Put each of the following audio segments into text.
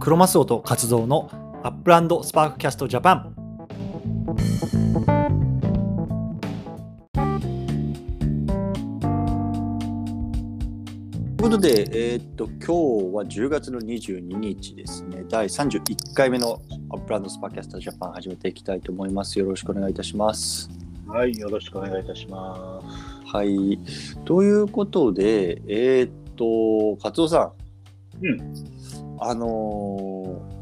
クロマスオと活動のアップランドスパークキャストジャパンということで、えーっと今日は10月の22日ですね、第31回目のアップランドスパキャスタジャパン始めていきたいと思います。よろしくお願いいたします。はい、よろしくお願いいたします。はい。ということで、えーっと、カツオさん。うあのー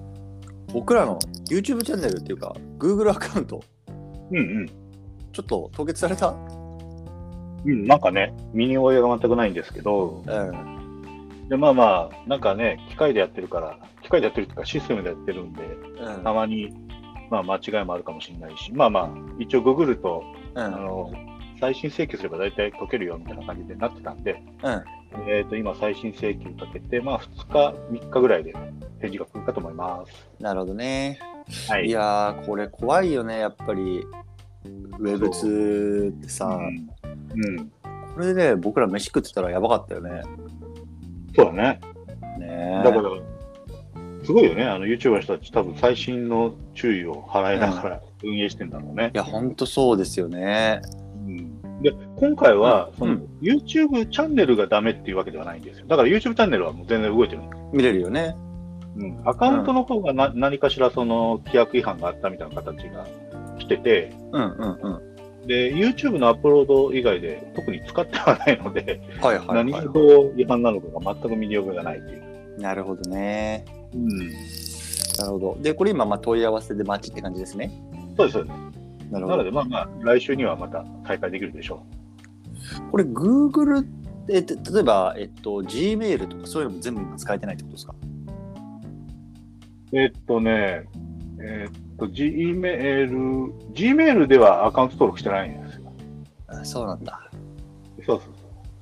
僕らの YouTube チャンネルっていうか、Google アカウント、うんちょっと凍結されたうん。うん、なんかね、身に覚えが全くないんですけど、うん。で、まあまあ、なんかね、機械でやってるから、機械でやってるっていうか、システムでやってるんで、うんたまに、まあ、間違いもあるかもしれないし、まあまあ、一応、ググると、うあん。の、最新請求すれば大体解けるよみたいな感じでなってたんで、うんえっ、と、今、最新請求かけて、まあ、2日、3日ぐらいで返事が来るかと思います。なるほどね。はいい。やー、これ怖いよね、やっぱり。ウェブツってさ。うんうん。これで僕ら飯食ってたらやばかったよね。そうだね。ねえだから、すごいよね、あの YouTuber の人たち、多分最新の注意を払いながら運営してんだろうねい。や、ほんとそうですよね。うんで、今回は、そのうん YouTube チャンネルがダメっていうわけではないんですよ。だから YouTube チャンネルはもう全然動いてる。見れるよね。うん、アカウントの方がな、何かしらその規約違反があったみたいな形がしてて、うんうんうん。で、YouTube のアップロード以外で特に使ってはないので、はいはい、はい。何がどう違反なのかが全く身に覚えがないっていう。なるほどね。うん、なるほど。で、これ今、まあ、問い合わせで待ちって感じですね。そうです、そうです。なるなほど。ので、まあまあ、来週にはまた再開できるでしょう。これ、Google えて例えば、えっと、Gmail とかそういうのも全部今使えてないってことですかえっとね、えっと、Gmail、Gmail ではアカウント登録してないんですよ。あそうなんだ。そうそうそう。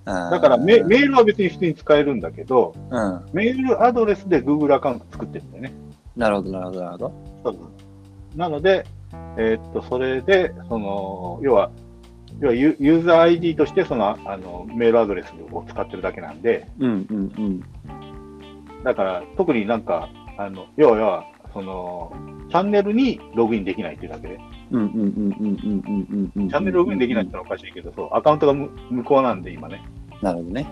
だだからメ、うん。メールは別に普通に使えるんだけど、なメールアドレスで Google アカウント作ってるんだよね。るほど、なるほど、なるほど。そうそうなので、えっと、それで、その、要は、要はユユーザー ID としてそのあのメールアドレスを使ってるだけなんで、うんうんうん。だから特になんか、あの要は要はその、チャンネルにログインできないっていうだけで、うんうんうんうんうんうんうんうん。チャンネルログインできないってのはおかしいけど、そう、アカウントが無無効なんで、今ね。なるほどね。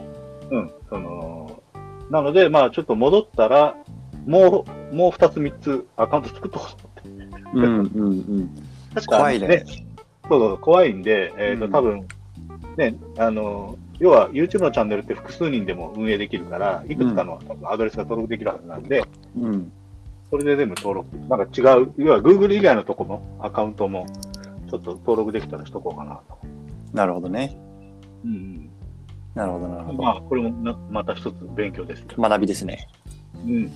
うん。その、なので、まあ、ちょっと戻ったら、もう、もう2つ3つアカウント作っとこうと思って。うんうんうん。確怖いね。そうそう、怖いんで、えっ、と、うん多分、ね、あの、要は YouTube のチャンネルって複数人でも運営できるから、いくつかの多分アドレスが登録できるはずなんで、うん。それで全部登録。なんか違う、要は Google 以外のとこも、アカウントも、ちょっと登録できたらしとこうかなと。なるほどね。うんうん。なるほど、なるほど。まあ、これもなまた一つ勉強ですね。学びですね。うん。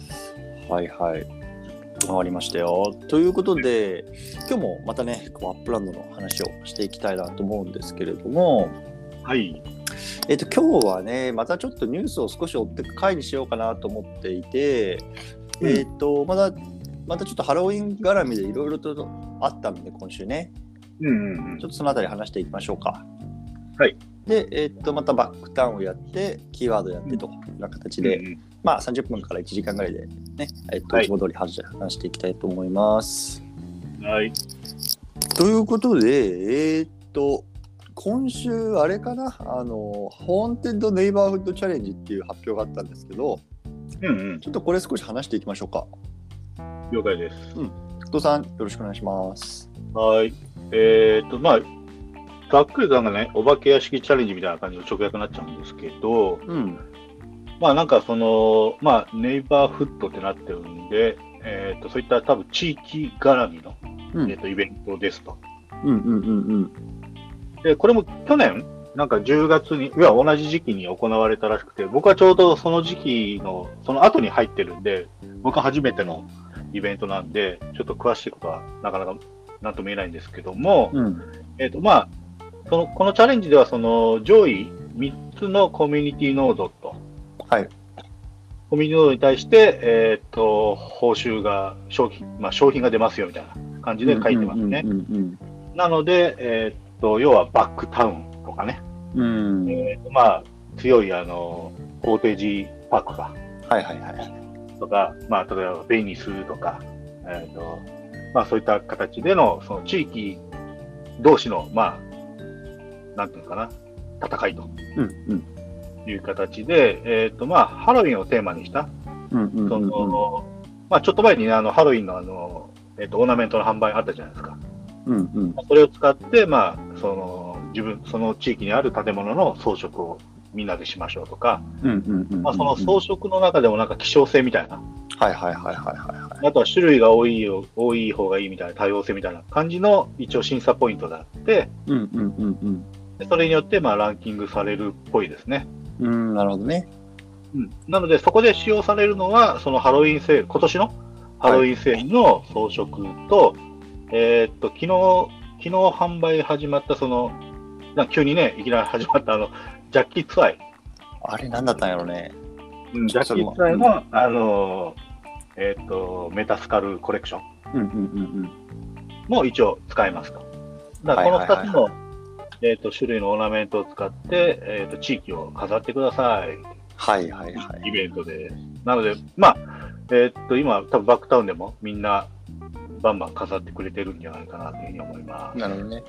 はいはい。わかりましたよ。ということで、今日もまたね、こうアップランドの話をしていきたいなと思うんですけれども、はい。えっと、今日はね、またちょっとニュースを少し追っていく回にしようかなと思っていて、うんえっと、まだ、またちょっとハロウィン絡みでいろいろとあったので、今週ね、うんうんうんちょ。っとそのあたり話していきましょうか。はい。で、えっと、またバックタウンをやって、キーワードやってというな形で、うんまあ、30分から1時間ぐらいで、ね、えっと、はいいつも通り話し話していきたいと思います。うんはい。ということで、えーっと、今週、あれかな、あの、ホーンテッド・ネイバーフッド・チャレンジっていう発表があったんですけど、うんうん。ちょっとこれ少し話していきましょうか。了解です。福藤さん、よろしくお願いします。はい。えっと、まあ、ざっくりとなんかね、お化け屋敷チャレンジみたいな感じの直訳になっちゃうんですけど、うん。まあなんかその、まあ、ネイバーフットってなってるんで、えっと、そういった多分地域絡みの、うえっん、と、イベントですと。うん、うん、うん、で、これも去年、なんか10月に、いや、同じ時期に行われたらしくて、僕はちょうどその時期の、その後に入ってるんで、僕は初めてのイベントなんで、ちょっと詳しいことはなかなかなんとも言えないんですけども、うん。うん、えっ、と、まあ、その、このチャレンジでは、その、上位3つのコミュニティノードと、はい。コミュニティノードに対して、えっ、と、報酬が、商品、まあ、商品が出ますよ、みたいな感じで書いてますね。うん、うん、なので、えっ、と、要はバックタウンとかね、うん。うんえーまあ、強いあのコーテージパークか、はいはいはい。とか、まあ、例えばベニスとか、えーとまあ、そういった形でのその地域同士の、まあ、なんていうのかな、戦いとうんうんいう形で、えーとまあ、ハロウィンをテーマにした、うんうんうんそうんのまあ、ちょっと前に、ね、あのハロウィンのあの、えー、とオーナメントの販売あったじゃないですか。うんうんそれを使って、まあ、その自分その地域にある建物の装飾をみんなでしましょうとか、うんうんうんまあ、その装飾の中でもなんか希少性みたいな、はいはいはいはいはいはいあとは種類が多いよ多い方がいいみたいな多様性みたいな感じの一応審査ポイントがあって、うんうんうんうんでそれによってまあランキングされるっぽいですね。うん、なるほどね。うん、なので、そこで使用されるのは、そのハロウィンセール、今年のハロウィンセールの装飾と、えーっと、昨日、昨日販売始まった、その、なんか急にね、いきなり始まった、あの、ジャッキツアイ。あれ、なんだったんやろね。うんジャッキツアイの、あのー、えーっと、メタスカルコレクション。うんうんうんも一応使えますと。だからこのはいはいは2いつの、えー、と種類のオーナメントを使って、えー、と地域を飾ってください、はいはいはい。イベントで。なので、まあ、えー、と今、多分バックタウンでもみんなバンバン飾ってくれてるんじゃないかなというふうに思います。なるほどね。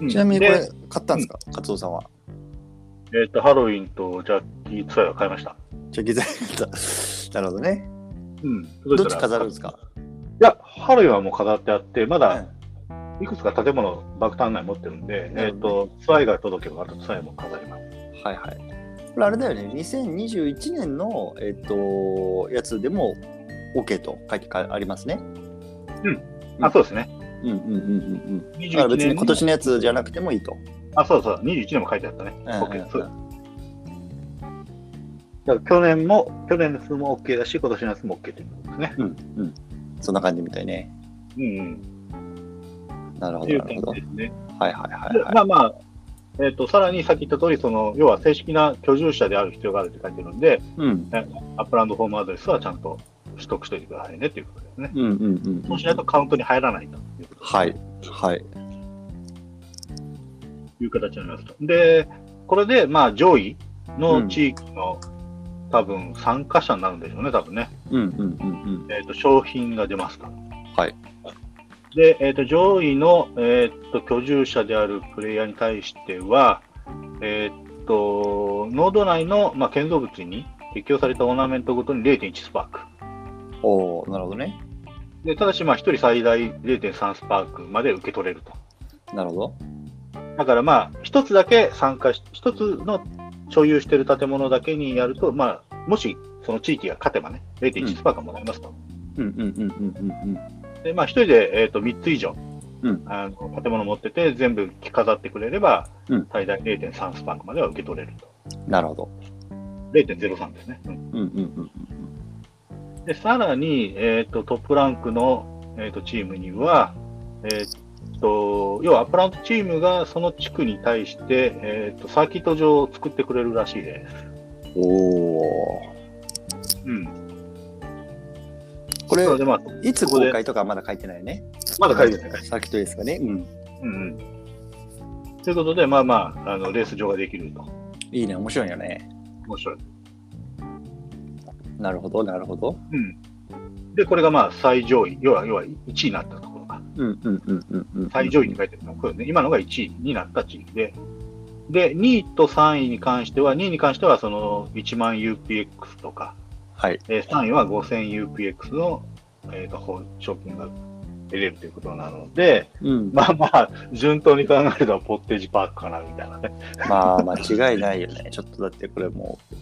うんちなみにこでれ、買ったんですか、カツオさんは。えー、とハロウィンとジャッキーツアーを買いました。じゃあ、ギザギ ザ。なるほどね。うん、どっち飾るんですかいや、ハロウィンはもう飾ってあって、まはだいいくつか建物、バックタウン内持ってるんで、なえるー、ほどとツアーが届けば、あとツアーも飾ります。はいはい。これ、あれだよね。2021年の、えっと、やつでも OK と書いてありますね。あ、そうですね。うんうんうんうんうん。だから21別に年今の年のやつじゃなくてもいいと。あ、そうそう、21年も書いてあったね。うんうん OK、そうだから去年も、去年のやつも OK だし、今年のやつも OK ということですね。うんうん。そんな感じみたいね。うん、うん。なるほとど、いうな感るほじど。ですね。はいはいはいではい。まあまあ、えっ、と、さらにさっき言った通り、その、要は正式な居住者である必要があるって書いてるんで、うんアップランドホームアドレスはちゃんと取得しておいてくださいねっていうことですね。うんうんうんうそんうしないとカウントに入らないということはいはい。いう形になりますと。で、これで、まあ、上位の地域の、多分、参加者になるんでしょうね、多分ね。うんうんうんうん。えー、と商品が出ますから。はい。で、えー、と上位の、えー、と居住者であるプレイヤーに対しては、えー、と濃度内の、まあ、建造物に適用されたオーナメントごとに0.1スパーク。おおなるほどね。でただし、まあ、1人最大0.3スパークまで受け取れると。なるほど。だから、まあ、1つだけ参加し、1つの所有している建物だけにやると、まあ、もしその地域が勝てばね、0.1スパークがもらえますと。うんうんうんうんで、まあ、一人で、えー、と3つ以上、うんあの建物持ってて、全部飾ってくれれば、うん最大0.3スパークまでは受け取れると。うん。なるほど。 0.03ですね。うんうんうんで、さらに、えー、とトップランクの、えー、とチームには、えー、と要はアプラントチームがその地区に対して、えー、とサーキット場を作ってくれるらしいです。うん。おお。うん、これなので、まあ、いつ公開とかまだ書いてないよね。まだ書いてない。さっきとですかね。うん。うんうん、ということで、まあまああの、レース場ができると。いいね面白いよね。面白い。なるほどなるほど。うん、で、これがまあ最上位、要は要は1位になったところが、うんうんうんうんうん。最上位に書いてあるのはこれね、今のが1位になった地域で、で、2位と3位に関しては、2位に関してはその1万 UPX とか、はい。えー3位は 5000UPX の、えー、と報賞金が得れるということなので、うん。まあまあ、順当に考えるとポッテージパークかなみたいなね。まあ間違いないよね。 ちょっとだってこれもう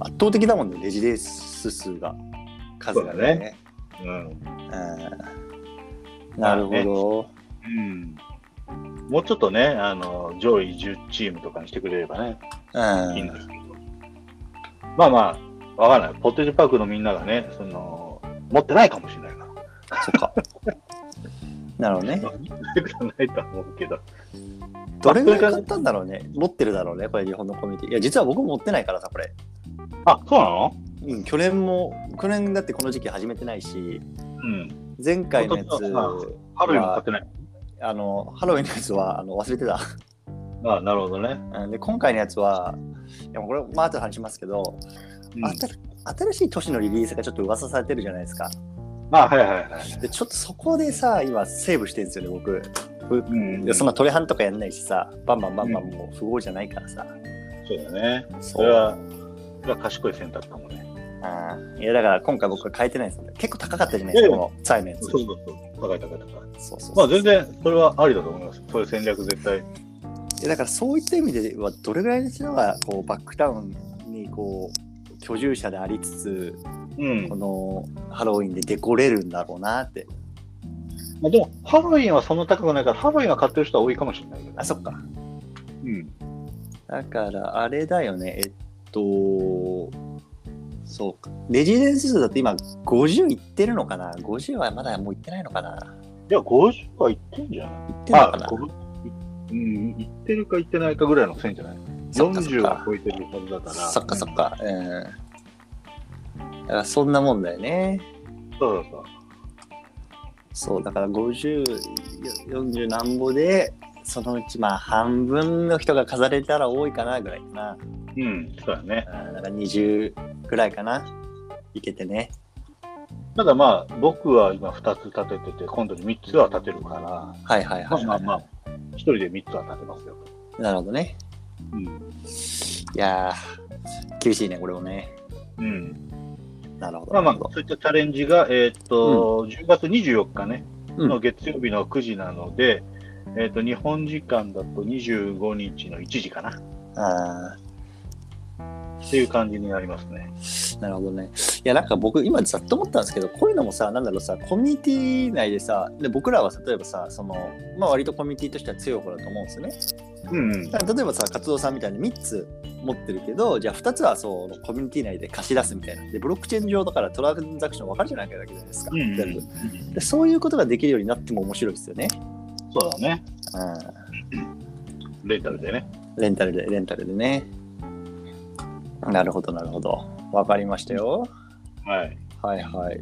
圧倒的だもんねレジデンス数が数がね。うんうん。なるほど。うんもうちょっとね、あの上位10チームとかにしてくれればね、いいんうですけど。まあまあ、わからない。ポテチパークのみんながね、その、持ってないかもしれないかん。ら。そっか。なるほどね。そう いうことはないとは思うけど。どれぐらい買ったんだろうね持ってるだろうね、これ日本のコミュニティ。いや、実は僕も持ってないからさ、これ。あ、そうなのうん、去年も、去年だってこの時期始めてないし、うん。前回のやつ、今年はハロウィンも買ってない。あの、ハロウィンのやつはあの忘れてた。あなるほどね。うんで、今回のやつは、でもこれまあ後で話しますけど、うんあた新しい都市のリリースがちょっと噂されてるじゃないですかまあ、はいはいはい。でちょっとそこでさ今セーブしてるんですよね僕うんでそんなトレハンとかやんないしさバンバンバンバンもう富豪じゃないからさ、そうだね。そそれうは、それは賢い選択かもね。あーいやだから今回僕は変えてないんですよ結構高かったじゃないいですやいかやこのチャイのやつそうそうそう。高い高い高い。そうそうそうまあ全然、それはありだと思います。そういう戦略絶対。いやだからそういった意味ではどれぐらいの人がこうバックタウンにこう居住者でありつつうんこ。のハロウィンでデコれるんだろうなってまあ、でも、ハロウィンはそんな高くないから、ハロウィンは買ってる人は多いかもしれないけど。あそっかうん。だからあれだよねえっとそうかレジデンス数だって今50いってるのかな50はまだもういってないのかないや、50はいってんじゃないいってるのかな、あ、50うん、いってるかいってないかぐらいの線じゃないそっかそっか ?40 は超えてるはずだから。そっかそっかうんだからそんなもんだよねそうそうそうだから5040なんぼでそのうちまあ半分の人が飾れたら多いかなぐらいかなそう。うん、そうだね。あーだから20ぐらいかないけてねただまあ、僕は今2つ立ててて、今度に3つは立てるから、はいはいまはあい、まはあいまあ、1人で3つは立てますよ。なるほどねうん。いやー厳しいねこれもねうん。なるほどまあまあ、なるほどそういったチャレンジが、えーっと、10月24日ね、の月曜日の9時なので、えーっと、日本時間だと25日の1時かな。あっていう感じになりますね。ーなるほどねいやなんか僕今ざっと思ったんですけどこういうのもさなんだろうさコミュニティ内でさで僕らは例えばさその、まあ、割とコミュニティとしては強い方だと思うんですよねうん、うん。だから例えばさ活動さんみたいに3つ持ってるけどじゃあ2つはそうコミュニティ内で貸し出すみたいなでブロックチェーン上だからトランザクション分かるじゃないかだけじゃないですか、うんうん全部でそういうことができるようになっても面白いですよね、そうだね。うレンタルでね。ん、レンタルでレンタルでねなるほどなるほど分かりましたよ、はい。はいはい。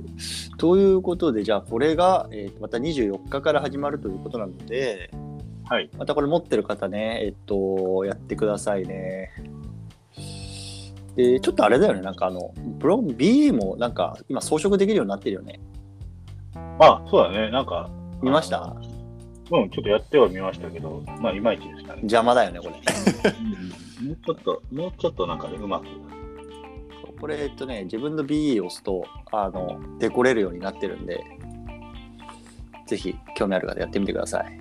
ということで、じゃあこれが、えーまた24日から始まるということなので、はい。またこれ持ってる方ね、えっと、やってくださいね。で、ちょっとあれだよね、なんかあの、ブロン B もなんか今装飾できるようになってるよね。あ、そうだね。なんか、見ましたうん、ちょっとやってはみましたけど、まあ、いまいちでしたね。邪魔だよね、これ。もうちょっと、もうちょっとなんかでうまく。これ、えっとね、自分の B を押すと、あの、デコれるようになってるんで、ぜひ興味ある方やってみてください。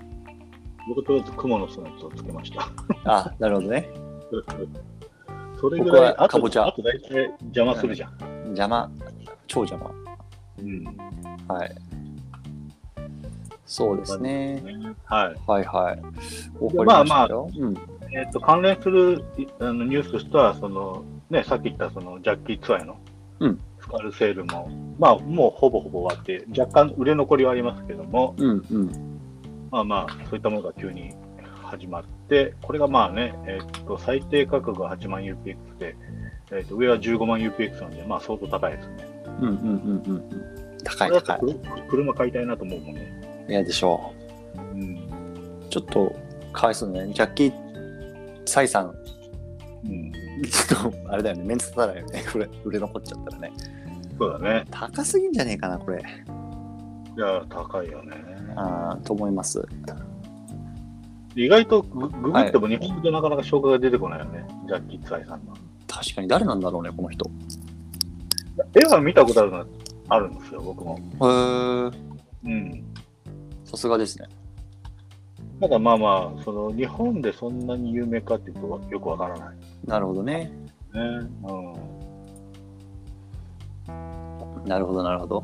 僕とりあえず雲の巣のやつをつけました。 あ、なるほどね。それぐらい、僕はかぼちゃあとあと大体邪魔するじゃん。邪魔。超邪魔。うん。はい。そうですね。はい。はいはい。でまあまあわかりましたよえっ、と、関連するいあのニュースとしては、その、ね、さっき言ったそのジャッキーツアーのうんスカルセールも、まあ、もうほぼほぼ終わって、若干売れ残りはありますけども、うんうんうん。まあまあ、そういったものが急に始まって、これがまあね、えっと最低価格が8万 UPX で、えっと上は15万 UPX なんで、まあ相当高いですね。うんうんうんうんうん。高いこれ高だいと。車車買いたいなと思うもんね。いやでしょうん。う。ちょっとかわいそうだね。ジャッキー、サイさん、うん。ちょっとあれだよね。メンツ立たないよね。これ、売れ残っちゃったらね。そうだね。高すぎんじゃねえかな、これ。いや、高いよね。ああ、と思います。意外とグググっても日本語でなかなか消化が出てこないよね。ジャッキー・ツアイさんの。確かに誰なんだろうね、この人。絵は見たことあるのあるんですよ、僕へも。え、うん。さすがですね。ただまあまあ、その日本でそんなに有名かっていうとよくわからない。なるほどね。ね。うん。なるほど、なるほど。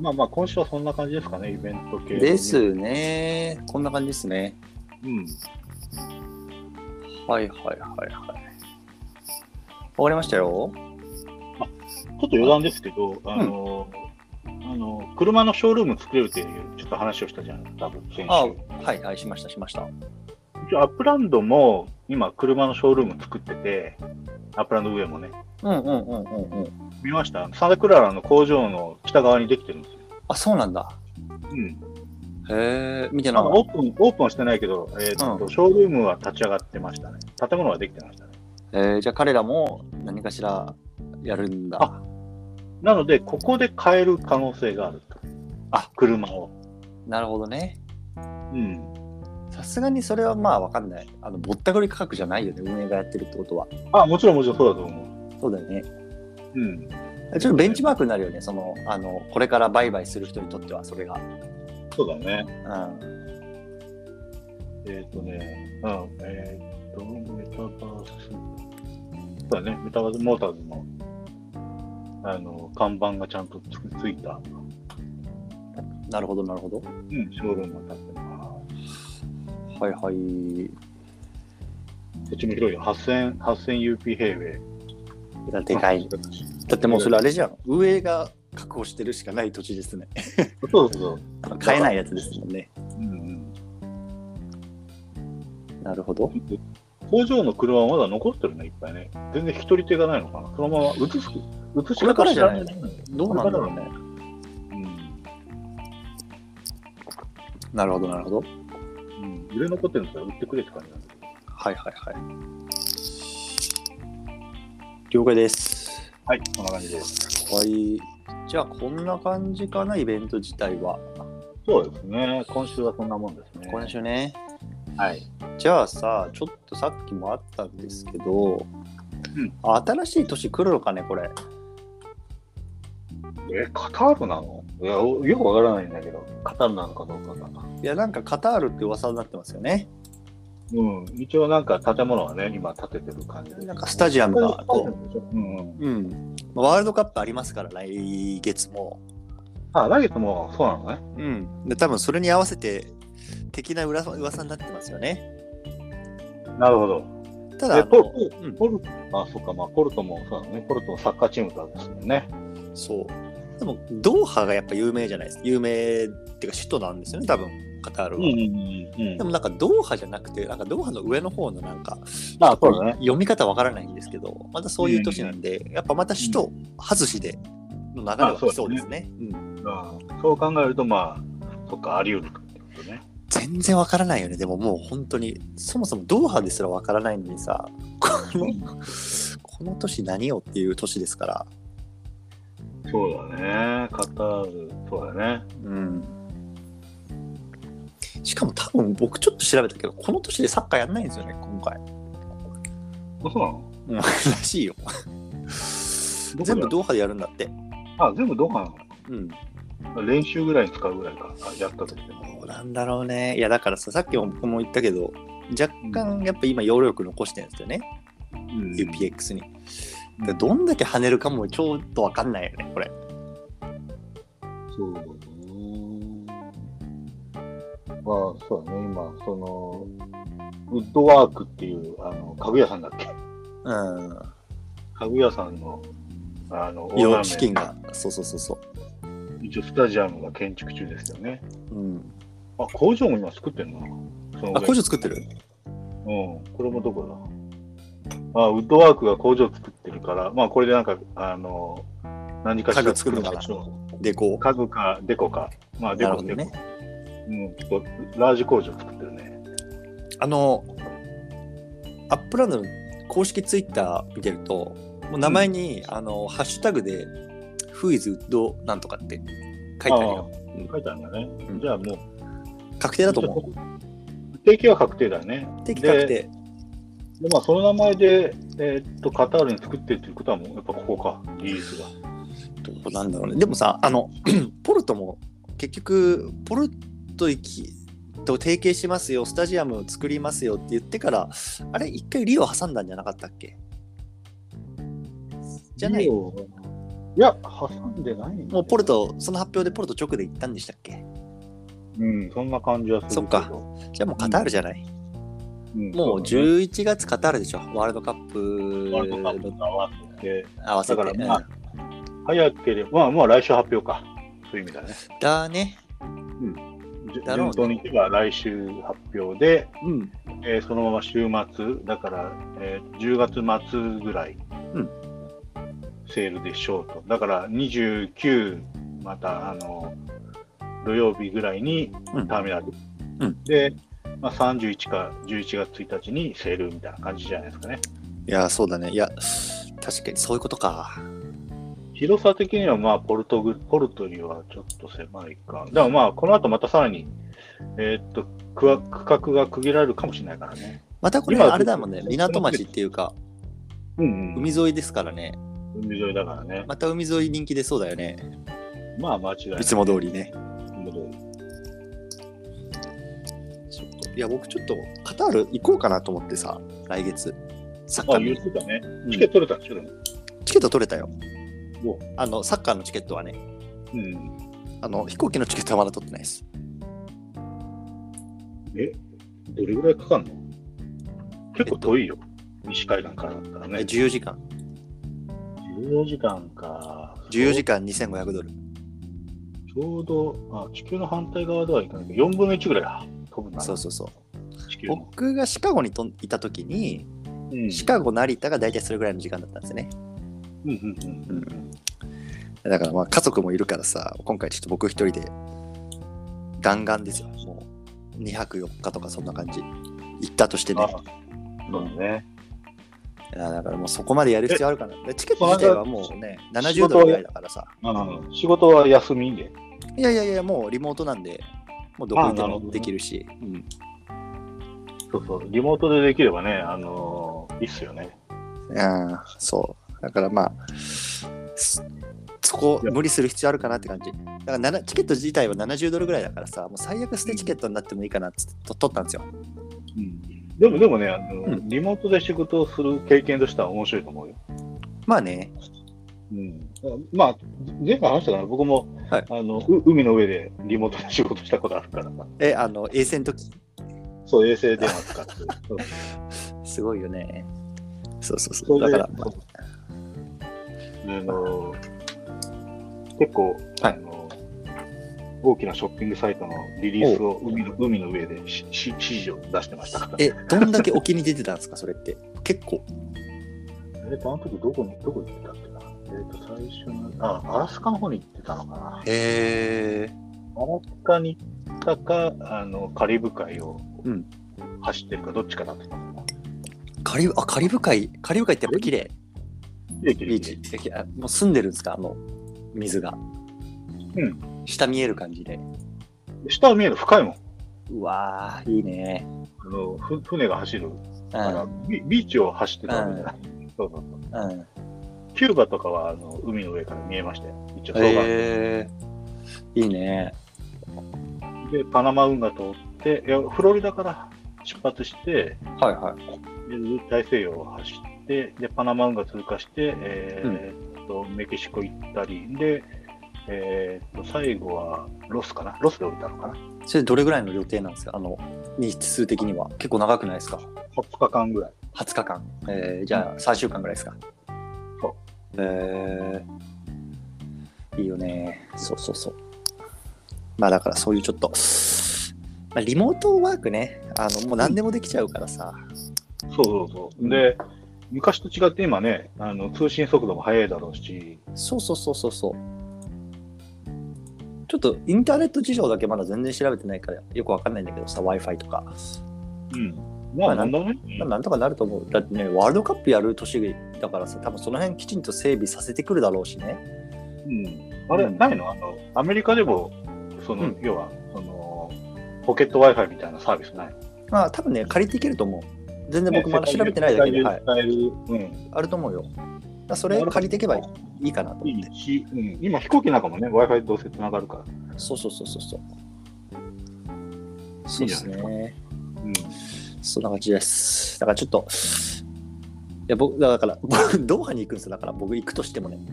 まあまあ、今週はそんな感じですかね、イベント系。ですね。こんな感じですね。うん。はいはいはいはい。わかりましたよ。ちょっと余談ですけど、あの、あの車のショールーム作れるっていう、ちょっと話をしたじゃん、多分先あ週。はいはい、しましたしました。一応、アップランドも今、車のショールーム作ってて、アップランド上もね、うんうんうんうんうん。見ましたサンタクララの工場の北側にできてるんですよ。あ、そうなんだ。うん。へえ、見てなまあかっオープン、オープンはしてないけど、えーっと、うショールームは立ち上がってましたね。建物はできてましたね。えーじゃあ彼らも何かしらやるんだ。あなので、ここで買える可能性があると。あ、車を。なるほどね。うん。さすがにそれはまあわかんない。あの、ぼったくり価格じゃないよね、運営がやってるってことは。あ、もちろんもちろんそうだと思そうだよね。う。うん。ちょっとベンチマークになるよね、その、あの、これから売買する人にとっては、それが。そうだね。うん。えっ、とね、うん、えっ、と、メタバース。そうだね、メタバースモーターズの、あの、看板がちゃんとつついた、なるほど、なるほど。うん、ショールームが建ってます。はいはい。こっちも広いよ。8000、8000UP 平米。いやでかい。だってもうそれあれじゃん。運営が確保してるしかない土地ですね。そうそうそう。 買えないやつですもんね。うんなるほど。うん。工場の車はまだ残ってるね、いっぱいね。全然引き取り手がないのかな。そのまま移す、移しこれからじゃない知らねどうなんだろうね。うん。なるほど、なるほど。うん。売れ残ってるんだったら売ってくれって感じなんだけど。はいはいはい。了解です。はい、こんな感じです。はい。じゃあ、こんな感じかな、イベント自体は。そうですね。今週はそんなもんですね。今週ね。はい。じゃあさ、ちょっとさっきもあったんですけど、うん新しい年来るのかね、これ。え、カタールなのいや、およくわからないんだけど、カタールなのかどうかが。いや、なんかカタールって噂になってますよね。うん。一応なんか建物はね、今建ててる感じです。なんかスタジアムがこうんうん。う、うん。ワールドカップありますから、来月も。あ、来月もそうなのね。うん。で、多分それに合わせて、的な噂噂になってますよね。なるほど。ただ、あで、のポルトうん、ポルト、あ、そっか、まあ、ポルトもそうなのね。ポルトのサッカーチームとあるんですよね。そう。でも、ドーハがやっぱ有名じゃないですか。有名っていうか、首都なんですよね、多分、カタールは。うんでもなんかドーハじゃなくて、なんかドーハの上の方のなんか、まあ、そうだね。読み方わからないんですけど、またそういう都市なんで、やっぱまた首都外しでの流れが来そうですね。うんうんそう考えると、まあ、そっか、あり得るってことね。全然わからないよね。でももう本当に、そもそもドーハですらわからないのにさ、この、この都市何をっていう都市ですから。そうだね。カタール、そうだね。うん。しかも多分僕ちょっと調べたけど、この都市でサッカーやんないんですよね、今回。 あそうなのうん、らしいよ。どこでや全る部ドーハでやるんだって。あ、全部どうかなのうん。練習ぐらいに使うぐらいか、あやったとしてもどう。なんだろうね。いや、だからさ、さっきも僕も言ったけど、若干やっぱ今、揚力残してるんですよね、うん、 UPX に。でどんだけ跳ねるかもちょっとわかんないよね、これ。そうだね。まあ、そうだね、今、その、ウッドワークっていう、あの、家具屋さんだっ けうん。家具屋さんの、あの、要メ資金が、そうそうそうそ一応スタジアムが建築中ですよね。う。うん。あ、工場も今作ってんな。その上あ、工場作ってるうん、これもどこだあウッドワークが工場作ってるから、まあこれでなんか、あの、何かしら家具作るのかな作るんでしょうで、こ家具かデコか。まあう。デなるコほデどコ、ね。うん、ちょっとラージ工場作ってるね。あの、アップランドの公式ツイッター見てると、もう名前に、あの、ハッシュタグで、Who is ウッドなんとかって書いてあるよ。書いてあるんだね。うんじゃあもう、確定だと思ちょっと定期は確定だね。う。定期確で定。で、まあその名前で、えーっと、カタールに作ってるっていうことはもう、やっぱここか、リリースが。どうなんだろうね。でもさ、あ の、ポルトも結局、ポルト行きと提携しますよ、スタジアム作りますよって言ってから、あれ、一回リオ挟んだんじゃなかったっけじゃないリオいや、挟んでない、ね、もうポル。ト、その発表でポルト直で行ったんでしたっけうん、そんな感じはするけど。そっかじゃあもうカタールじゃない。うん。もうそだね11月カタールでしょ、ワールドカッワールドカッププと合わせて、合わせだてか。らまうあ、早ければ、まあ、もう来週発表か。そういう意味だね。んだね。じだろうね順当にいけば来週発表で、うん。えーそのまま週末、だから、えー10月末ぐらい、うんセールでしょうと。だから29、またあの土曜日ぐらいにうんターミナル、うんで、まあ、31か11月1日にセールみたいな感じじゃないですかね。いや、そうだね。いや、確かにそういうことか。広さ的には、まあ、ポルトグ、ポルトにはちょっと狭いか。でもまあ、この後またさらに、えーっと、区画区画が区切られるかもしれないからね。またこれ、今あれだもんね。港町っていうか、うん、海沿いですからね。海沿いだからね。また海沿い人気出そうだよね。まあ、間違いない。いつも通りね。戻るそっかいや、僕ちょっとカタール行こうかなと思ってさ、来月。サッカあ、ーの言ってたね。うんチケット取れたんですけどね。チケット取れたよお。あの、サッカーのチケットはね、うん。あの、飛行機のチケットはまだ取ってないです。え、どれぐらいかかるの結構遠いよ。西海岸からだったらね。 14時間。 14時間か。 14時間2500ドル。ちょうど、あ、地球の反対側ではいかないけど、4分の1ぐらいだ飛ぶんだな。そうそうそう。地球の。僕がシカゴにとんいた時に、うんシカゴ、成田が大体それぐらいの時間だったんですね。うんうんうんうん。だからまあ家族もいるからさ、今回ちょっと僕一人で、ガンガンですよ。もう2泊4日とかそんな感じ。行ったとしてねあ。そうだね。いやだからもうそこまでやる必要あるかな。でチケット自体はもうね、70仕事ドはルぐらいだからさ。うん、仕事は休みで。いやいやいや、もうリモートなんで、もうどこにであなるほどもねできるし。うんそうそう。リモートでできればね、あのーいいっすよね。うん、そう。だからまあ、そそこ無理する必要あるかなって感じ。だからななチケット自体は70ドルぐらいだからさ、もう最悪捨てチケットになってもいいかなっつってと取ったんですよ。うん。でも、でもね、あのうリモートで仕事をする経験としては面白いと思うよ。まあね、うん。まあ、前回話したから、僕も、はいあのう海の上でリモートで仕事したことあるからさ。え、あの、衛星の時そう、衛星電話 使って。そうすごいよね。そうそうそ。そうだれかでら、まああの結構、はいあの大きなショッピングサイトのリリースを海の海の上でしし指示を出してましたから。え、どんだけ沖に出てたんですか、それって。結構。えっと、あの時どこに、どこに行ったっけな。えっと、最初の、あ、アラスカの方に行ってたのかな。へえ。アラスカに行ったか、あの、カリブ海をうん走ってるか、どっちかだったかな。カリブあカリブ海、カリブ海ってやっぱ綺麗ビービーチ。えあもう住んでるんですか、あの、水が。うん。下見える感じで。下は見える、深いもん。うわー、いいね。あの、ふ船が走るうから、ん。ビビーチを走ってたわけじゃない。そうそうそう。うん、キューバとかはあの海の上から見えましたよ。一応双眼鏡えー、いいね。で、パナマ運河通って、いやフロリダから出発して、はいはい。で大西洋を走って、で、パナマ運河通過して、えーっと、メキシコ行ったり、で、えーっと、最後はロスかなロスで降りたのかなそれどれぐらいの予定なんですかあの、日数的には。結構長くないですか ?20 日間ぐらい。 20日間、えー、じゃあ3週間ぐらいですかそうえー、いいよねそうそうそうまあだからそういうちょっと、まあ、リモートワークねあのもう何でもできちゃうからさ、そうそうそう。うんで、昔と違って今ね、あの通信速度も速いだろうし、そうそうそうそうそうちょっとインターネット事情だけまだ全然調べてないからよくわかんないんだけどさ w i f i とか、うん。ままあ、あなんだろうね。まあなんとかなると思うだってねワールドカップやる年だからさ多分その辺きちんと整備させてくるだろうしねうんあれ、うんないのあのアメリカでも、その、うん要は、その、ポケット Wi-Fi みたいなサービスないまあ多分ね、借りていけると思う。全然僕まだ調べてないだけで、はい、あると思うよ。だからそこれ借りていけばいいかなとい思っいて。し、うん、今飛行機なんかもね、Wi-Fi どうせつながるから。そうそうそうそうそう。そうですいいじゃね。うん。そんな感じです。だからちょっと、いや僕、だから、 僕ドーハに行くんですよ。だから僕行くとしてもね。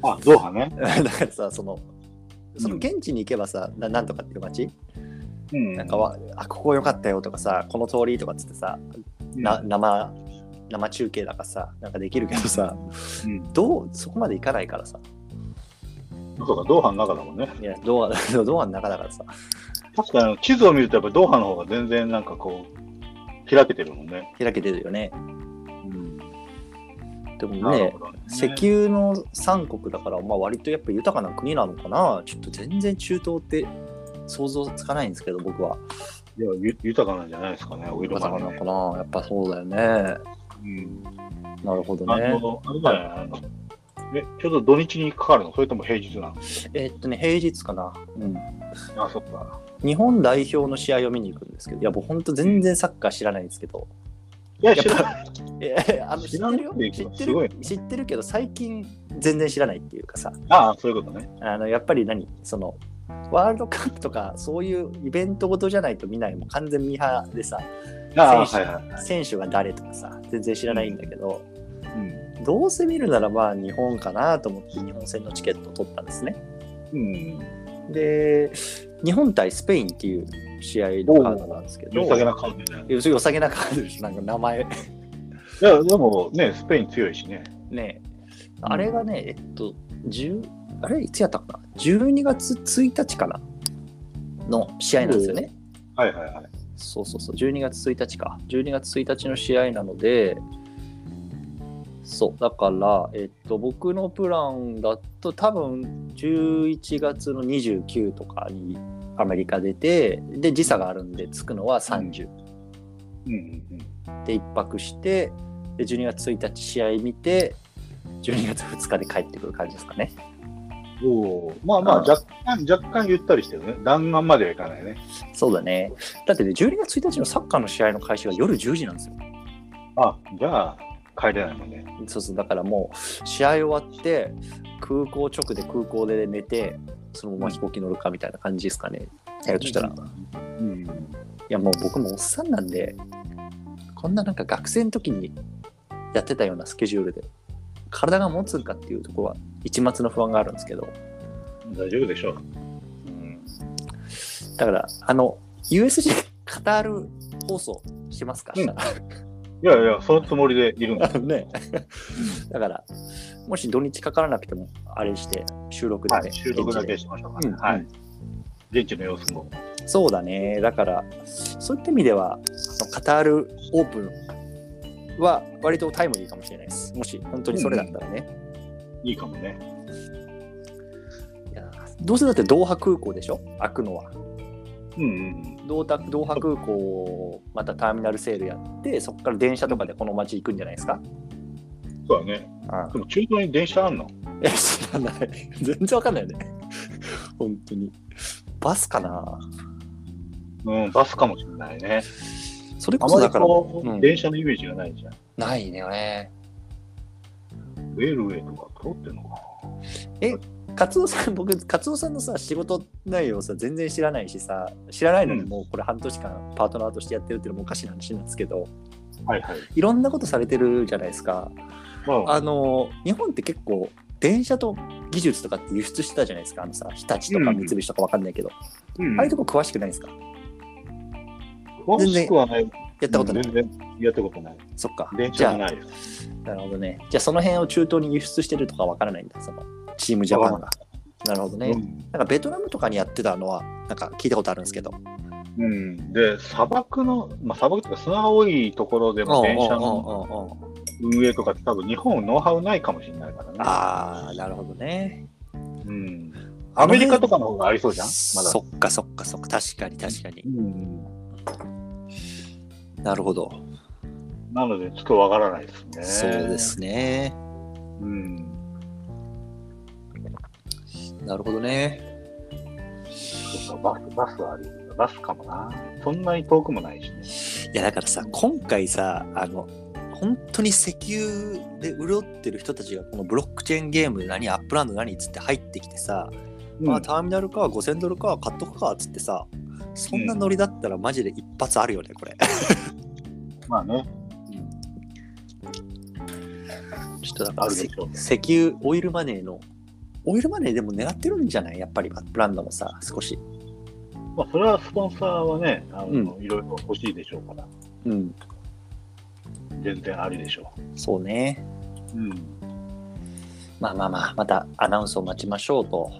あ、ドーハね。だからさ、その、その現地に行けばさ、ななんとかっていう街、うん。なんかは、あ、ここ良かったよとかさ、この通りとかっつってさ、うん、な生、生中継だからさ、なんかできるけどさ、うん。どう、そこまで行かないからさ。そうか、ドーハの中だもんね。いや、ドア、 ドアの中だからさ。確かにあの、地図を見るとやっぱドーハの方が全然なんかこう、開けてるもんね。開けてるよね。うん。でもなるねほ、どね。石油の産国だから、まあ割とやっぱ豊かな国なのかな。ちょっと全然中東って想像つかないんですけど、僕は。いやゆ豊かなんじゃないですかね、お色豊かがなのねかな。やっぱそうだよね。うん。なるほどあね。の、あれだよねあの。え、ちょうど土日にかかるのそれとも平日なのえっとね、平日かな。うん。あ、そっか。日本代表の試合を見に行くんですけど、いや、もう本当全然サッカー知らないんですけど、いや、やっ知らぱない。え ーあの知知っらてんるよって知いうっかてすごいる知ってるけど最近全然知らないっていうかさああ、そういうことね。あのやっぱり何そのワールドカップとかそういうイベントごとじゃないと見ないもう完全ミーハーでさああ、は選い手はい。選手が誰とかさ全然知らないんだけど、うんどうせ見るならまあ日本かなと思って日本戦のチケットを取ったんですね。うん。で日本対スペインっていう試合のカードなんですけど良さげな感じだよね。良さげなカードですなんか名前いや、でもね、スペイン強いしね。ねあれがね、えっと、10あれいつやったかな ?12 月1日かなの試合なんですよね。はいはいはい。そうそうそう、12月1日か。12月1日の試合なので、そう、だから、えっと、僕のプランだと、多分11月の29とかにアメリカ出て、で、時差があるんで、着くのは30。うんうんで1泊してで12月1日試合見て12月2日で帰ってくる感じですかねうん。おーまあまあ、うん若干、若干ゆったりしてるね。弾丸まではいかないね。そうだねだってね12月1日のサッカーの試合の開始が夜10時なんですよあ、じゃあ、帰れないもんね。そうそうだからもう試合終わって空港直で空港で寝てそのまま飛行機乗るかみたいな感じですかねやるとしたらいうん。やもう僕もおっさんなんでこんななんか学生の時にやってたようなスケジュールで体が持つんかっていうところは一抹の不安があるんですけど大丈夫でしょう。だから、あの、USJ カタール放送しますか、うんしたらいやいや、そのつもりでいるんだ。ね。だから、もし土日かからなくても、あれして、収録でね、はい、収録だけしましょうか、ねうんはい。現地の様子も。現地でそうだね。だから、そういった意味では、あのカタールオープンは、割とタイムリーかもしれないです。もし、本当にそれだったらね。いいかもね。いやーどうせだってドーハ空港でしょ開くのは。うんうんドータドーハ空港をまたターミナルセールやって、そこから電車とかでこの街行くんじゃないですか、うん。そうだね。うんでも中東に電車あんのえ、知らない。全然わかんないよね。本当に。バスかなうん、バスかもしれないね。それあこそまだりから、こうんう、電車のイメージがないじゃん。ないね。ウェルウェイとか通ってんのかなカツオさん、僕、カツオさんのさ、仕事内容さ、全然知らないしさ、知らないのにうんもうこれ半年間パートナーとしてやってるっていうのもおかしな話なんですけど、はいはい。いろんなことされてるじゃないですか。まあ、あの、日本って結構、電車と技術とかって輸出してたじゃないですか。あのさ、日立とか三菱とかわかんないけど、うんああいうとこ詳しくないですか詳しくはない。ややったことない。全然やったことない。そっか。電じ車ゃじあゃないです。なるほどね。じゃあその辺を中東に輸出してるとかわからないんだ、そのチームジャパンわが。なるほどね。うんなんかベトナムとかにやってたのは、なんか聞いたことあるんですけど。うん、で、砂漠の、まあ、砂漠とか砂が多いところでも電車のうんうんうんうん運営とかって多分日本ノウハウないかもしれないからね。ああ、なるほどね。うん、アメリカとかの方がありそうじゃんまだ。そっかそっかそっか、確かに確かにう。ん、なるほど。なので、ちょっとわからないですね。そうで。すね。うん。なるほどね。そっかバス、バスはありそうだバスかもな。そんなに遠くもないしね。いやだからさ、今回さ、あの、本当に石油で潤ってる人たちがこのブロックチェーンゲーム何アップランド何っつって入ってきてさ、うんまあ、ターミナルか5000ドルか買っとくかっつってさそんなノリだったらマジで一発あるよねこれまあね、ちょっとだかあらるせでしょうね。石油オイルマネーのオイルマネーでも狙ってるんじゃないやっぱりブランドもさ少しまあ、それはスポンサーはね、あのういろいろ欲しいでしょうから、うん全然ありでしょそうねう。うん。まあまあまあまたアナウンスを待ちましょうと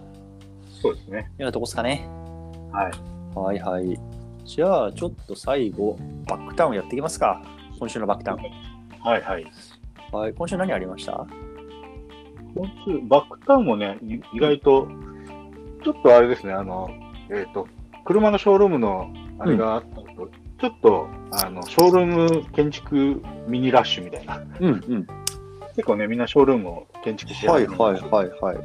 そうですね。いうようなとこですかねはい。はいはいじゃあちょっと最後バックタウンやっていきますか今週のバックタウはいはい。ンはい今週何ありました本当バックタウンもね、い意外と、ちょっとあれですね、あの、えっ、と、車のショールームのあれがあったのと、ちょっと、あの、ショールーム建築ミニラッシュみたいな。 うんうん。結構ね、みんなショールームを建築してはいるはいはいはい。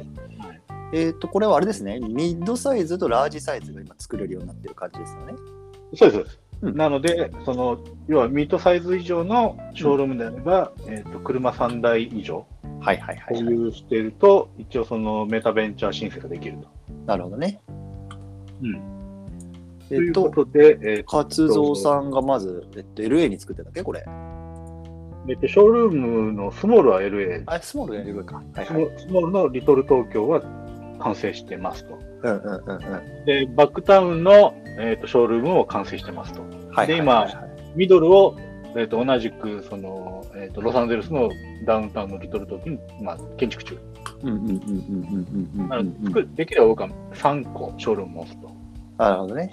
えっ、と、これはあれですね、ミッドサイズとラージサイズが今作れるようになってる感じですよね。そうですそうです。うんなので、その、要はミートサイズ以上のショールームであれば、えっ、と、車3台以上はいはいは保い、はい。有していると、一応そのメタベンチャー申請ができると。なるほどね。うん。えとっ、いうとこ、とで、えー勝蔵さんがまず、えっと、LA に作ってたっけこれ。えっと、ショールームのスモールは LA、あ、スモールが LA か。はいスはい。モスモールのリトル東京は完成してますと。うんうんうんうん。で、バックタウンの、えー、とショールームも完成してますと。はいはいはいはい。で今ミドルを、えー、と同じくその、えー、とロサンゼルスのダウンタウンのリトル東京に、まあ、建築中。うんうんうんうんうんうんうんなうのでん作るできれば僕は3個ショールーム持つと。なるほどね。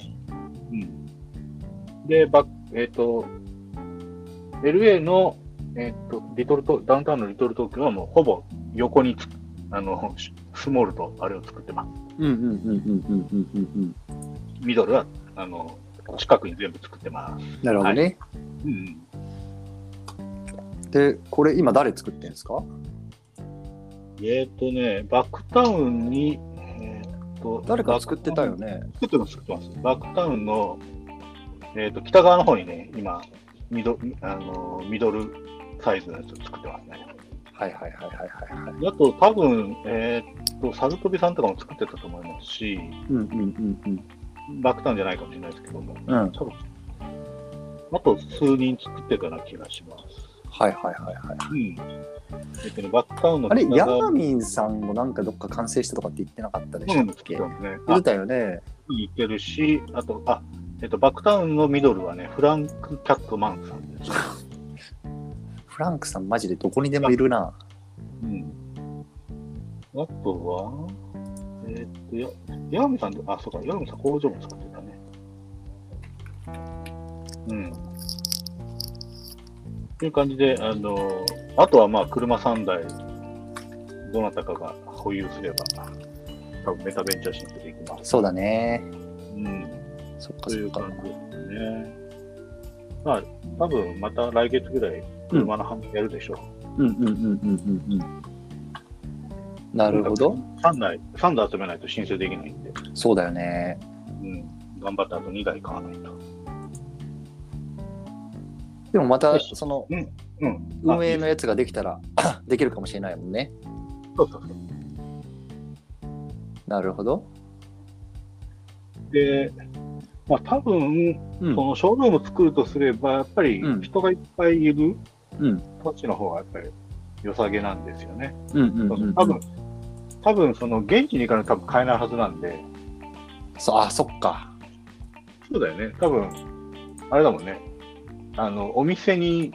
で、バッえっ、と、LA の、えー、とリトルとダウンタウンのリトル東京はもうほぼ横につあのしスモールとあれを作ってます。うんうんうんうんうんうんうんミドルはあの近くに全部作ってます。うん。なるほどね。うん、で、これ今誰作ってんですかえっ、とね、バックタウンに、えー、と誰か作ってたよね。作ってます、作ってます。バックタウンの、えー、と北側の方にね、今ミド、あのミドルサイズのやつを作ってますね。はいはいはいはいはいはい。あと、多分えー、とサルトビさんとかも作ってたと思いますし、うんうんうんうん。バックタウンじゃないかもしれないですけども、うん多分あと数人作ってたような気がします。はいはいはいはい。うん。えっとね、バックタウンのあれ、ヤ側マミンさんもなんかどっか完成したとかって言ってなかったでしうょん、っ作っけ、て言ますね。ってたよね。に行けるし、あと、あ、えっと、バックタウンのミドルはね、フランク・キャットマンさんです。フランクさんマジでどこにでもいるな。うん。あとは、えっと、や、ヤミさんと、あ、そうか、ヤミさん工場も使ってたね。うん。という感じで、あの、あとはまあ、車3台、どなたかが保有すれば、多分メタベンチャー申請できます。そうだね。うん。そっかといそうっか感。じですね。まあ、多分また来月ぐらい、車の販売やるでしょう。うんうんうんうんうんうん。なるほど。 3台、3台集めないと申請できないんで、そうだよね。うん、頑張ってあと2台買わないと。でもまたよしそのうん。運営のやつができたら できるかもしれないもんね。あそうそうそう。なるほど。で、まあ多分、うんそのショールームを作るとすれば、やっぱりうん人がいっぱいいるうん土地の方がやっぱり良さげなんですよね。うんうんうん。多分、多分その現地に行かないと多分買えないはずなんで、そうあそっか。そうだよね。多分、あれだもんね。あの、お店に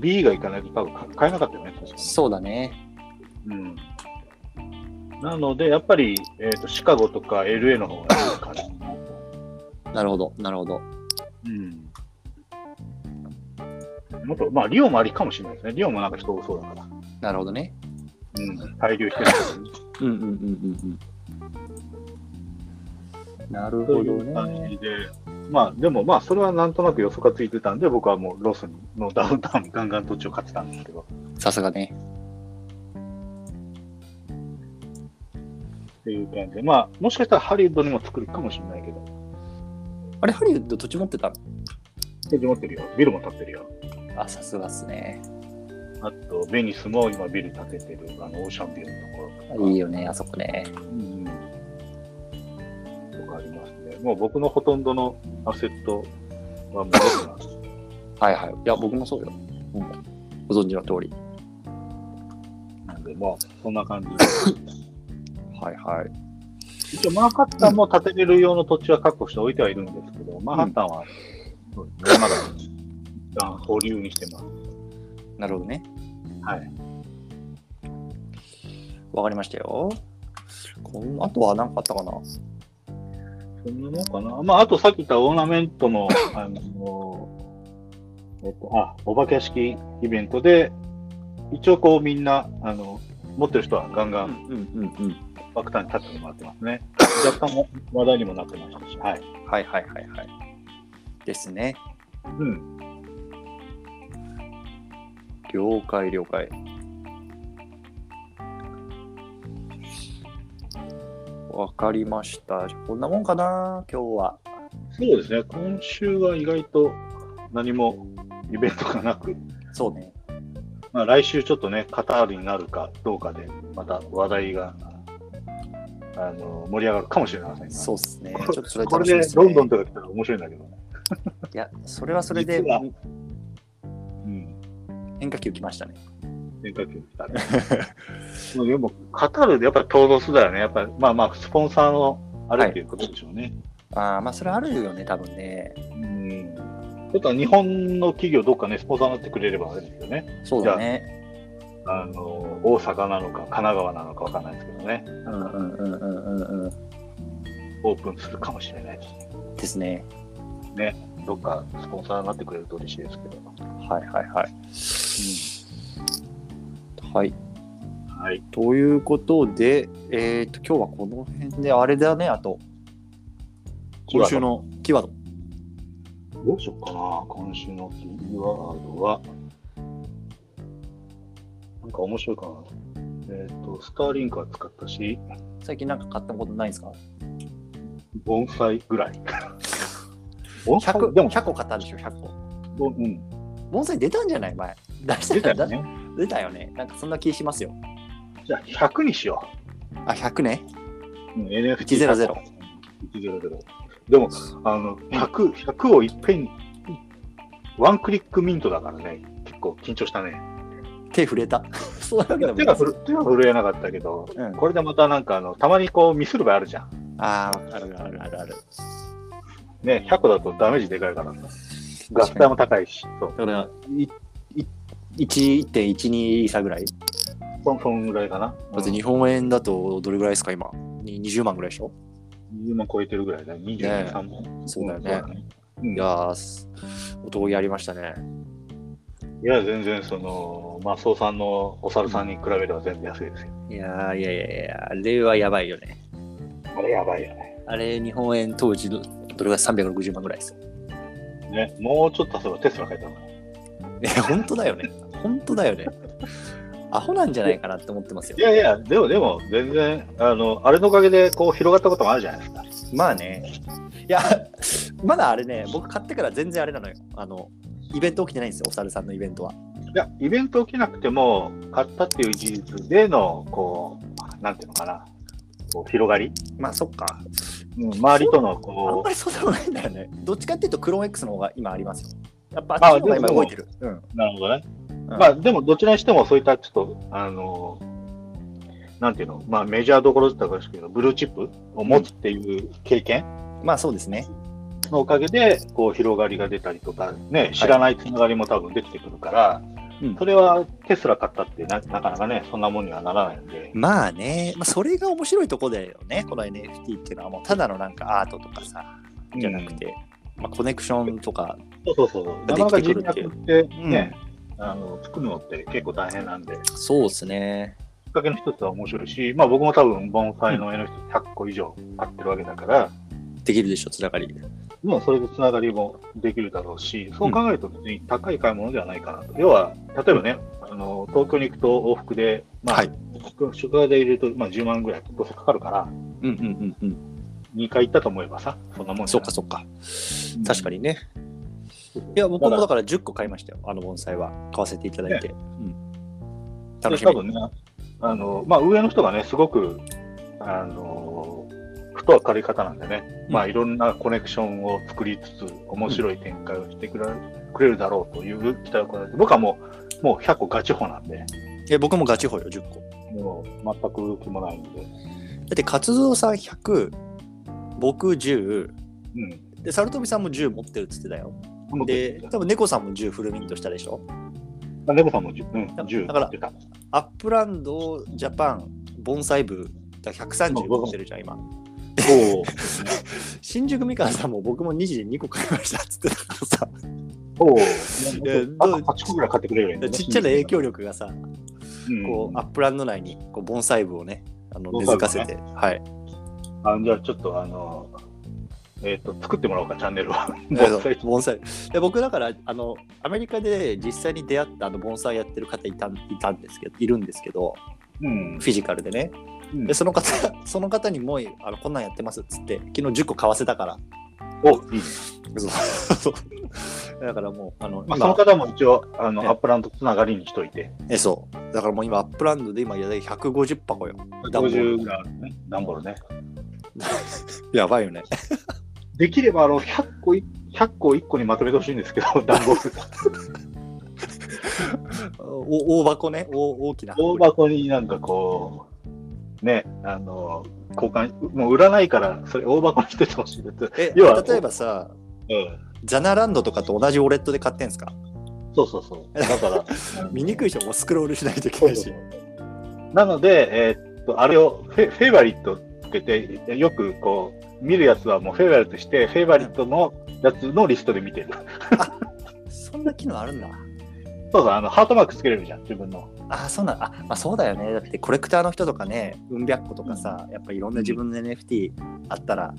B が行かないと多分買えなかったよね、確かに。そうだね。うんなので、やっぱり、えー、とシカゴとか LA の方がいいかな。なるほどなるほど。うん。もっと、まあ、リオもありかもしれないですね。リオもなんか人多そうだから。なるほどね。うん。滞留してるからねうんうんうんうんうん。なるそほういどう感ね。じで。まあ、でもまあ、それはなんとなく予測がついてたんで、僕はもうロスのダウンタウンにガンガン土地を買ってたんですけど。さすがね。っていう感じで。まあ、もしかしたらハリウッドにも作るかもしれないけど。あれハリウッド土地持ってた土地持ってるよ。ビルも建ってるよ。あさすがっすね。あと、ベニスも今ビル建ててる、あの、オーシャンビルのところとか。いいよねあそこね。うんとかありますね。もう僕のほとんどのアセットはもうロスなんです。はいはい。いや僕もそうよ。うんご存知の通り。なんで、まあ、そんな感じで。はいはい。一応、マンハッタンも建てれる用の土地は確保しておいてはいるんですけど、マンハッタンは、そうですねまだ一旦保留にしてます。なるほどね。はい。わかりましたよ。こんあとは何かあったかなそんなもんかな。まあ、あとさっき言ったオーナメントの、あの、えっと、あ、お化け屋敷イベントで、一応こうみんな、あの、持ってる人はガンガンうんうんうん。爆弾に立ってもらってますね。若干も話題にもなってましたし、はい。はいはいはいはい。ですね。うん。了解了解。わかりました。じゃあこんなもんかな、今日は。そうですね。今週は意外と何もイベントがなく、そうね。まあ、来週ちょっとね、カタールになるかどうかで、また話題があの盛り上がるかもしれませんがそうっすね。こちょっとそれこ楽しれみでですね。ロンドンとか来たら面白いんだけどね。いや、それはそれで実はうん。変化球来ましたね。変化球来たね。もうでも、カタールでやっぱり登録するだよね。やっぱり、まあまあ、スポンサーのあれっていうことでしょうね。ああ、まあそれあるよね、多分ね。うん。ちょっと日本の企業どっかね、スポンサーになってくれればあれですよね。そうだね。あの大阪なのか神奈川なのかわかんないですけどね、うんうんうんうんうんうオープンするかもしれないし、ん。ですね。どっかスポンサーになってくれると嬉しいですけど。はいはいはい。はい。はい、ということで、えっ、と、今日はこの辺で、あれだね、あと、今週のキーワード。どうしようかな、今週のキーワードは、なんか面白いかな。えっ、と、スターリンクは使ったし、最近なんか買ったことないですか盆栽 ぐらい。盆栽 ?100、でも、 100個買ったんでしょ、100個。うん、盆栽出たんじゃない前。出した出たよよね。ね。出たよね。なんかそんな気しますよ。じゃあ、100にしよあ、100ね。う。うん、NFT。 100 100。でも、あの、100、100をいっぺんに、ワンクリックミントだからね、結構緊張したね。手震えた。 そういうわけでも手ながいふる手が震えなかったけど、うんこれでまたなんかあの、たまにこうミスる場合あるじゃん。ああ、あるあるあるある。ね、100個だとダメージでかいからさ。ガス代も高いし、そう。だから、いい1.12差ぐらい。そんそんぐらいかな。だって日本円だとどれぐらいですか、今。に20万ぐらいでしょ20万超えてるぐらいだね。ね23万、そうだよねうん。いいや、やー、すおとぎありましたね。全然その、マスオさんのお猿さんに比べれば全部安いですよ。いやー、いやいやいや、あれはやばいよね。あれやばいよね。あれ、日本円当時ど、どれが360万ぐらいですよ。ね、もうちょっとすればテスラ書いたのかいや、本当だよね。本当だよね。アホなんじゃないかなって思ってますよい。やいや、でもでも、全然、あの、あれのおかげで、こう、広がったこともあるじゃないですか。まあね。いや、まだあれね、僕買ってから全然あれなのよ。あの、イベント起きてないんですよ、お猿さんのイベントは。いや、イベント起きなくても、買ったっていう事実での、こう、なんていうのかな、こう広がり、まあ、そっか。うん、周りとの、あんこまりそうでもないんだよね。どっちかっていうと、クローン X の方が今ありますよ。やっぱああっちの方が今動いてる。うん。う、なるほどね。うんまあ、でも、どちらにしても、そういった、ちょっと、あの、なんていうの、まあ、メジャーどころだったかもしれないけど、ブルーチップを持つっていう経験まあ、そうですね。のおかげで、こう、広がりが出たりとか、ね、知らないつながりも多分できてくるから、うんそれはテスラ買ったってな、なかなかね、そんなもんにはならないんで。まあね、まあ、それが面白いとこだよね、この NFT っていうのは、もうただのなんかアートとかさ、じゃなくて、まあ、コネクションとか、そうそうそう。でなかなかきて人くるってい脈うってね、あの作るのって結構大変なんで、きっそうですね。かけの一つは面白いし、まあ僕も多分盆栽の絵の人100個以上買ってるわけだから、できるでしょ、つながり。もうそれでつながりもできるだろうし、そう考えると別に高い買い物ではないかなと。要は、例えばね、あの東京に行くと往復で、まあ、はい宿宿泊で入れると、まあ、10万ぐらいどうせかかるから、うんうんうんうん。 2回行ったと思えばさ、そんなもんじそっゃなかいそっか。うん確かにね。いや、僕もだから10個買いましたよ、あの盆栽は。買わせていただいて。うん。楽しみ多。分ね、あの、まあ、上の人がね、すごく、あの、ふと明るい方なんでね、うんまあ、いろんなコネクションを作りつつ、面白い展開をしてくれ,、くれるだろうという期待を込めて、僕はもう、もう100個ガチホなんで、え、僕もガチホよ、10個。もう全く動きもないんで、だって活動さん100僕10うん。で猿飛さんも10持ってるっつってたよもうで多分猫さんも10フルミントしたでしょあ猫さんも10、うん、10だからっ てた。アップランドジャパン盆栽部だから130持ってるじゃん今おー新宿みかんさんも僕も2時2個買いましたっつってたからさおーえーあどとう8個ぐらい買ってくれるよね。ちっちゃな影響力がさうんこうアップランド内にこう盆栽部をねあの根盆栽付か部せて、はいあじゃあちょっとあの、えっ、と、作ってもらおうか、チャンネルは。盆 栽盆栽盆栽で僕だからあのアメリカで実際に出会ったあの盆栽やってる方いたんいたんですけどいるんですけどうんフ。ィジカルでねうんでその方 その方にもうあのこんなんやってますっつって昨日10個買わせたからお、いいねそうそう だからもうあのま今あ、その方も一応、あの、ええアップランドつながりにしといて。えそうだからもう今アップランドで今やだ150箱よダンボー50があるね、ダンボールね。やばい よねできれば、あの、100個い、100個1個にまとめてほしいんですけど、 ダンボール。お大箱ね大大きな大箱になんかこう、ね、あの、交換、もう売らないから、それ大箱にしててほしいです。え要は例えばさうん。ジャナランドとかと同じウォレットで買ってんすかそうそうそう。だから、 見にくいしもうスクロールしないといけないしなので、えーっと、あれをフェ、フェイバリットつけて、よくこう、見るやつはもうフェイバリットして、フェイバリットのやつのリストで見てる。 そんな機能あるんだそうそう、あの、ハートマークつけれるじゃん、自分の。あそうなんあ、まあ、そうだよねだってコレクターの人とかねうん百個とかさやっぱいろんな自分の NFT あったら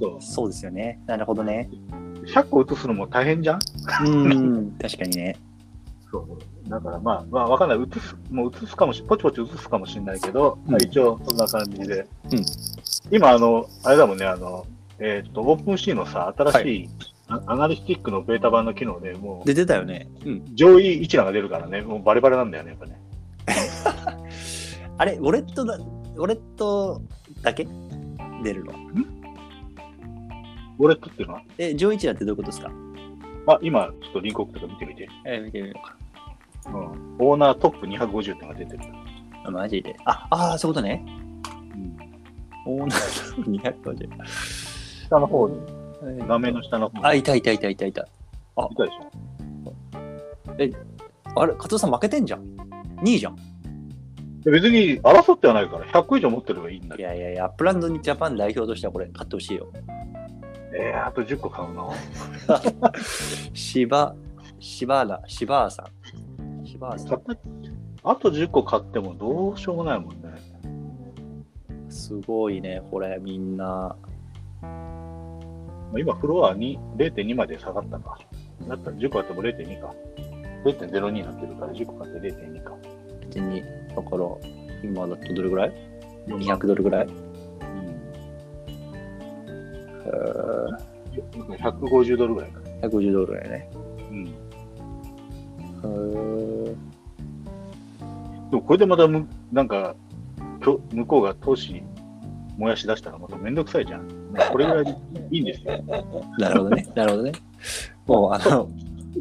そう。そうですよねなるほどね100個写すのも大変じゃんうん 確かにねそう。だからまあ、まあ、わかんない。写す、もう写すかもし、ポチポチ写すかもしれないけど、うんまあ一応そんな感じで。うん今、あの、あれだもんね、あの、えーっと、オープンシーのさ、新しい、あアナリスティックのベータ版の機能でもう、で出たよねうん上位一覧が出るからね、もうバレバレなんだよね、やっぱね。あれウォレットだウォレットだけ出るのウォレットっていうのは、え上位置だってどういうことですかまあ、今、ちょっとリンク送ったから見てみて。え見てみようかうん。オーナートップ250点が出てる。あマジでああーそういうことねうん。オー ナーの250下の方に、画面の下の方に。あいたいたいたいたいた見たでしょ。あれ加藤さん負けてんじゃん2位じゃんで別に争ってはないから、100個以上持ってればいいんだいけど。やいやいやアップランドにジャパン代表としてはこれ買ってほしいよえー、あと10個買うな。芝、芝ら、芝さん。芝さ買ったあと10個買ってもどうしようもないもんね。ん。すごいね、これみんな。まあ今、フロアに0.2まで下がったか。だったら10個買っても0.2か。0.02になってるから10個買って0.2か。別に、だから、今だとどれぐらい ?200 ドルぐらい、うんえー、 150ドルぐらいか。 ?150 ドルぐらいね。うん。でうーんもこれでまたむ、なんか、きょ向こうが投資燃やし出したらまためんどくさいじゃん。これぐらいでいいんですよ。なるほ どね、なるほどね。もう、あの、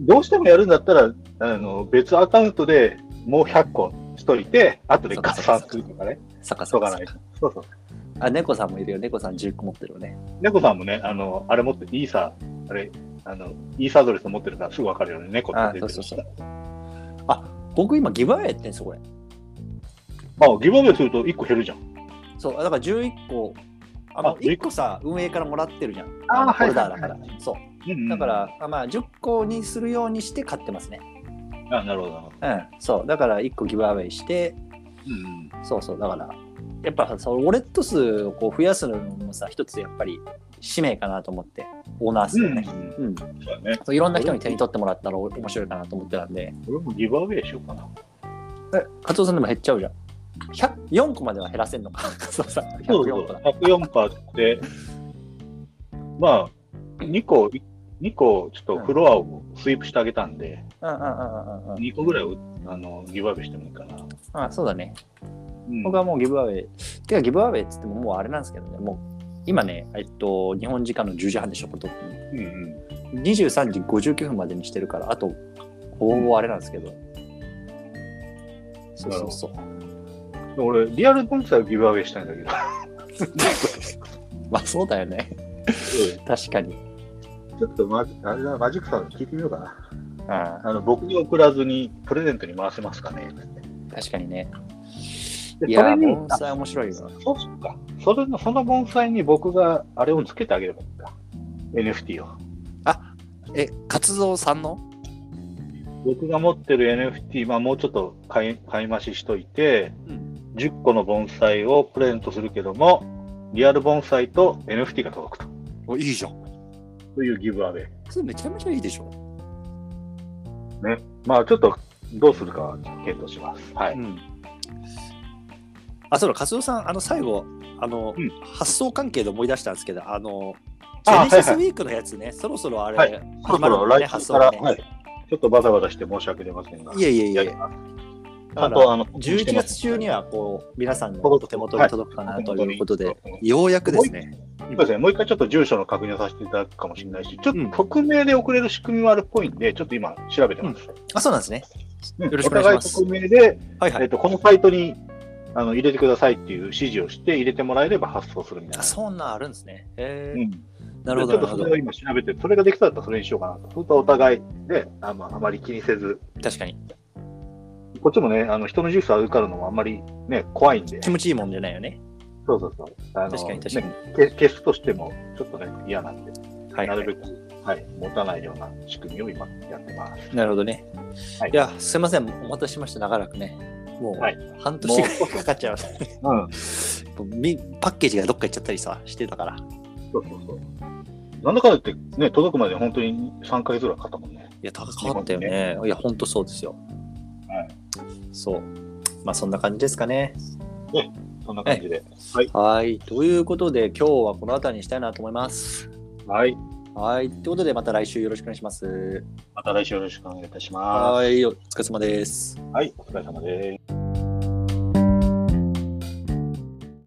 どうしてもやるんだったら、あの別アカウントでもう100個しといて、後で加算するとかね。逆しょさうがないか。。そうそう。あ、猫さんもいるよ。猫さん10個持ってるよね。猫さんもね、あの、あれ持って、イーサー、あれ、あの、イーサーアドレス持ってるからすぐわかるよね、猫っあて出てそるうそうそう。あ、僕今ギブアウェイやってんすよ、これ。まあ、ギブアウェイすると1個減るじゃん。そう、だから11個、あの、あ11 1個さ、運営からもらってるじゃん。あーのはいフォルダーはだいかはいら。そう。うんだから、、あまあ、10個にするようにして買ってますね。あ、なるほど。うん、そう。だから、1個ギブアウェイして、うん。そうそう。だから、やっぱ、そのウォレット数をこう増やすのもさ、一つやっぱり使命かなと思って、オーナー数うをん。ね。そうん、うだね。そういろんな人に手に取ってもらったらお面白いかなと思ってたんで、俺もギブアウェイしようかな。えカツオさんでも減っちゃうじゃん。100 4個までは減らせんのか、 カツオさん。104そうそう個だ。。 104パーって、まあ、2個、2個、ちょっとフロアをスイープしてあげたんで、うんうんうんうんうん。 2個ぐらいを、あの、ギブアウェイしてもいいかな。あそうだね。うん僕はもうギブアウェイ。てか、ギブアウェイっつってももうあれなんですけどね、もう今ね、えっと、日本時間の10時半でしょ、これ撮ってるのうんうん。 23時59分までにしてるから、あと、ほぼほぼあれなんですけど。そうそうそう。でも俺、リアル盆栽をギブアウェイしたいんだけど。まあそうだよね。 確かに。ちょっとマあれだマジックさん聞いてみようかな。ああの僕に送らずにプレゼントに回せますかね。あ確かにね。でいやそー、れに盆栽面白いよあそうっか。それのその盆栽に僕があれをつけてあげればいいんだ。NFT を。え、活動さんの僕が持ってる NFT、まあ、もうちょっと買い買い増ししといて、うん10個の盆栽をプレゼントするけども、リアル盆栽と NFT が届くと。おいいじゃん。というギブアウェイ。それめちゃめちゃいいでしょ。ね。まあちょっとどうするか検討します。はうい。ん。あ、そうだ、カツオさん、あの、最後、あの、うん発想関係で思い出したんですけど、あの、ジェあネシスはウいィークのやつね、そろそろあれ、はいそ始まろそるろのね、来発週想から、がね。はい。ちょっとバタバタして申し訳ありませんが。いえいえいやえり。ますちゃだんかとらあの、 11月中にはこう皆さんのお届く手元に届くかなということで、はいようやくですね。そうですね、もう一回ちょっと住所の確認をさせていただくかもしれないし、ちょっうんと匿名で送れる仕組みもあるっぽいんで、ちょっと今調べてます。あ、そうなんですね。うんよろしくお願いしますお互い匿名で、はいはえっい。と、このサイトにあの入れてくださいっていう指示をして、入れてもらえれば発送するみたいあ、な。そんなんあるんですね。へうえ。ん、なるほちょど、っなるほとそどれを。今調べて、それができたらそれにしようかなと。そうするとお互いで、あまあ、あまり気にせず、確かに。こっちもね、あの人の住所預かるのもあんまりね、怖いんで、気持ちいいもんじゃないよね。そうそうそう。あの確かに確かにねけ消すとしても、ちょっとね、嫌なんで、はいなはい、るべく、はい、持たないような仕組みを今やってます。なるほどね。はいい、や、すいません。お待たせしました。長らくね。も、はいう半年ぐらいかかっちゃいました。うん。もうみパッケージがどっか行っちゃったりさ、してたから。いそうそうそう。なんだかんだ言って、ね、届くまで本当に3回ずら買ったもんね。や、高かったよね。いや、ほんとそうですよ。はい。そう。まあ、そんな感じですかね。そんな感じで。はい。ということで、今日はこの辺りにしたいなと思います。はい。はい。ということで、また来週よろしくお願いします。また来週よろしくお願いいたしまはい。お疲れ様です。す。はい。お疲れ様です。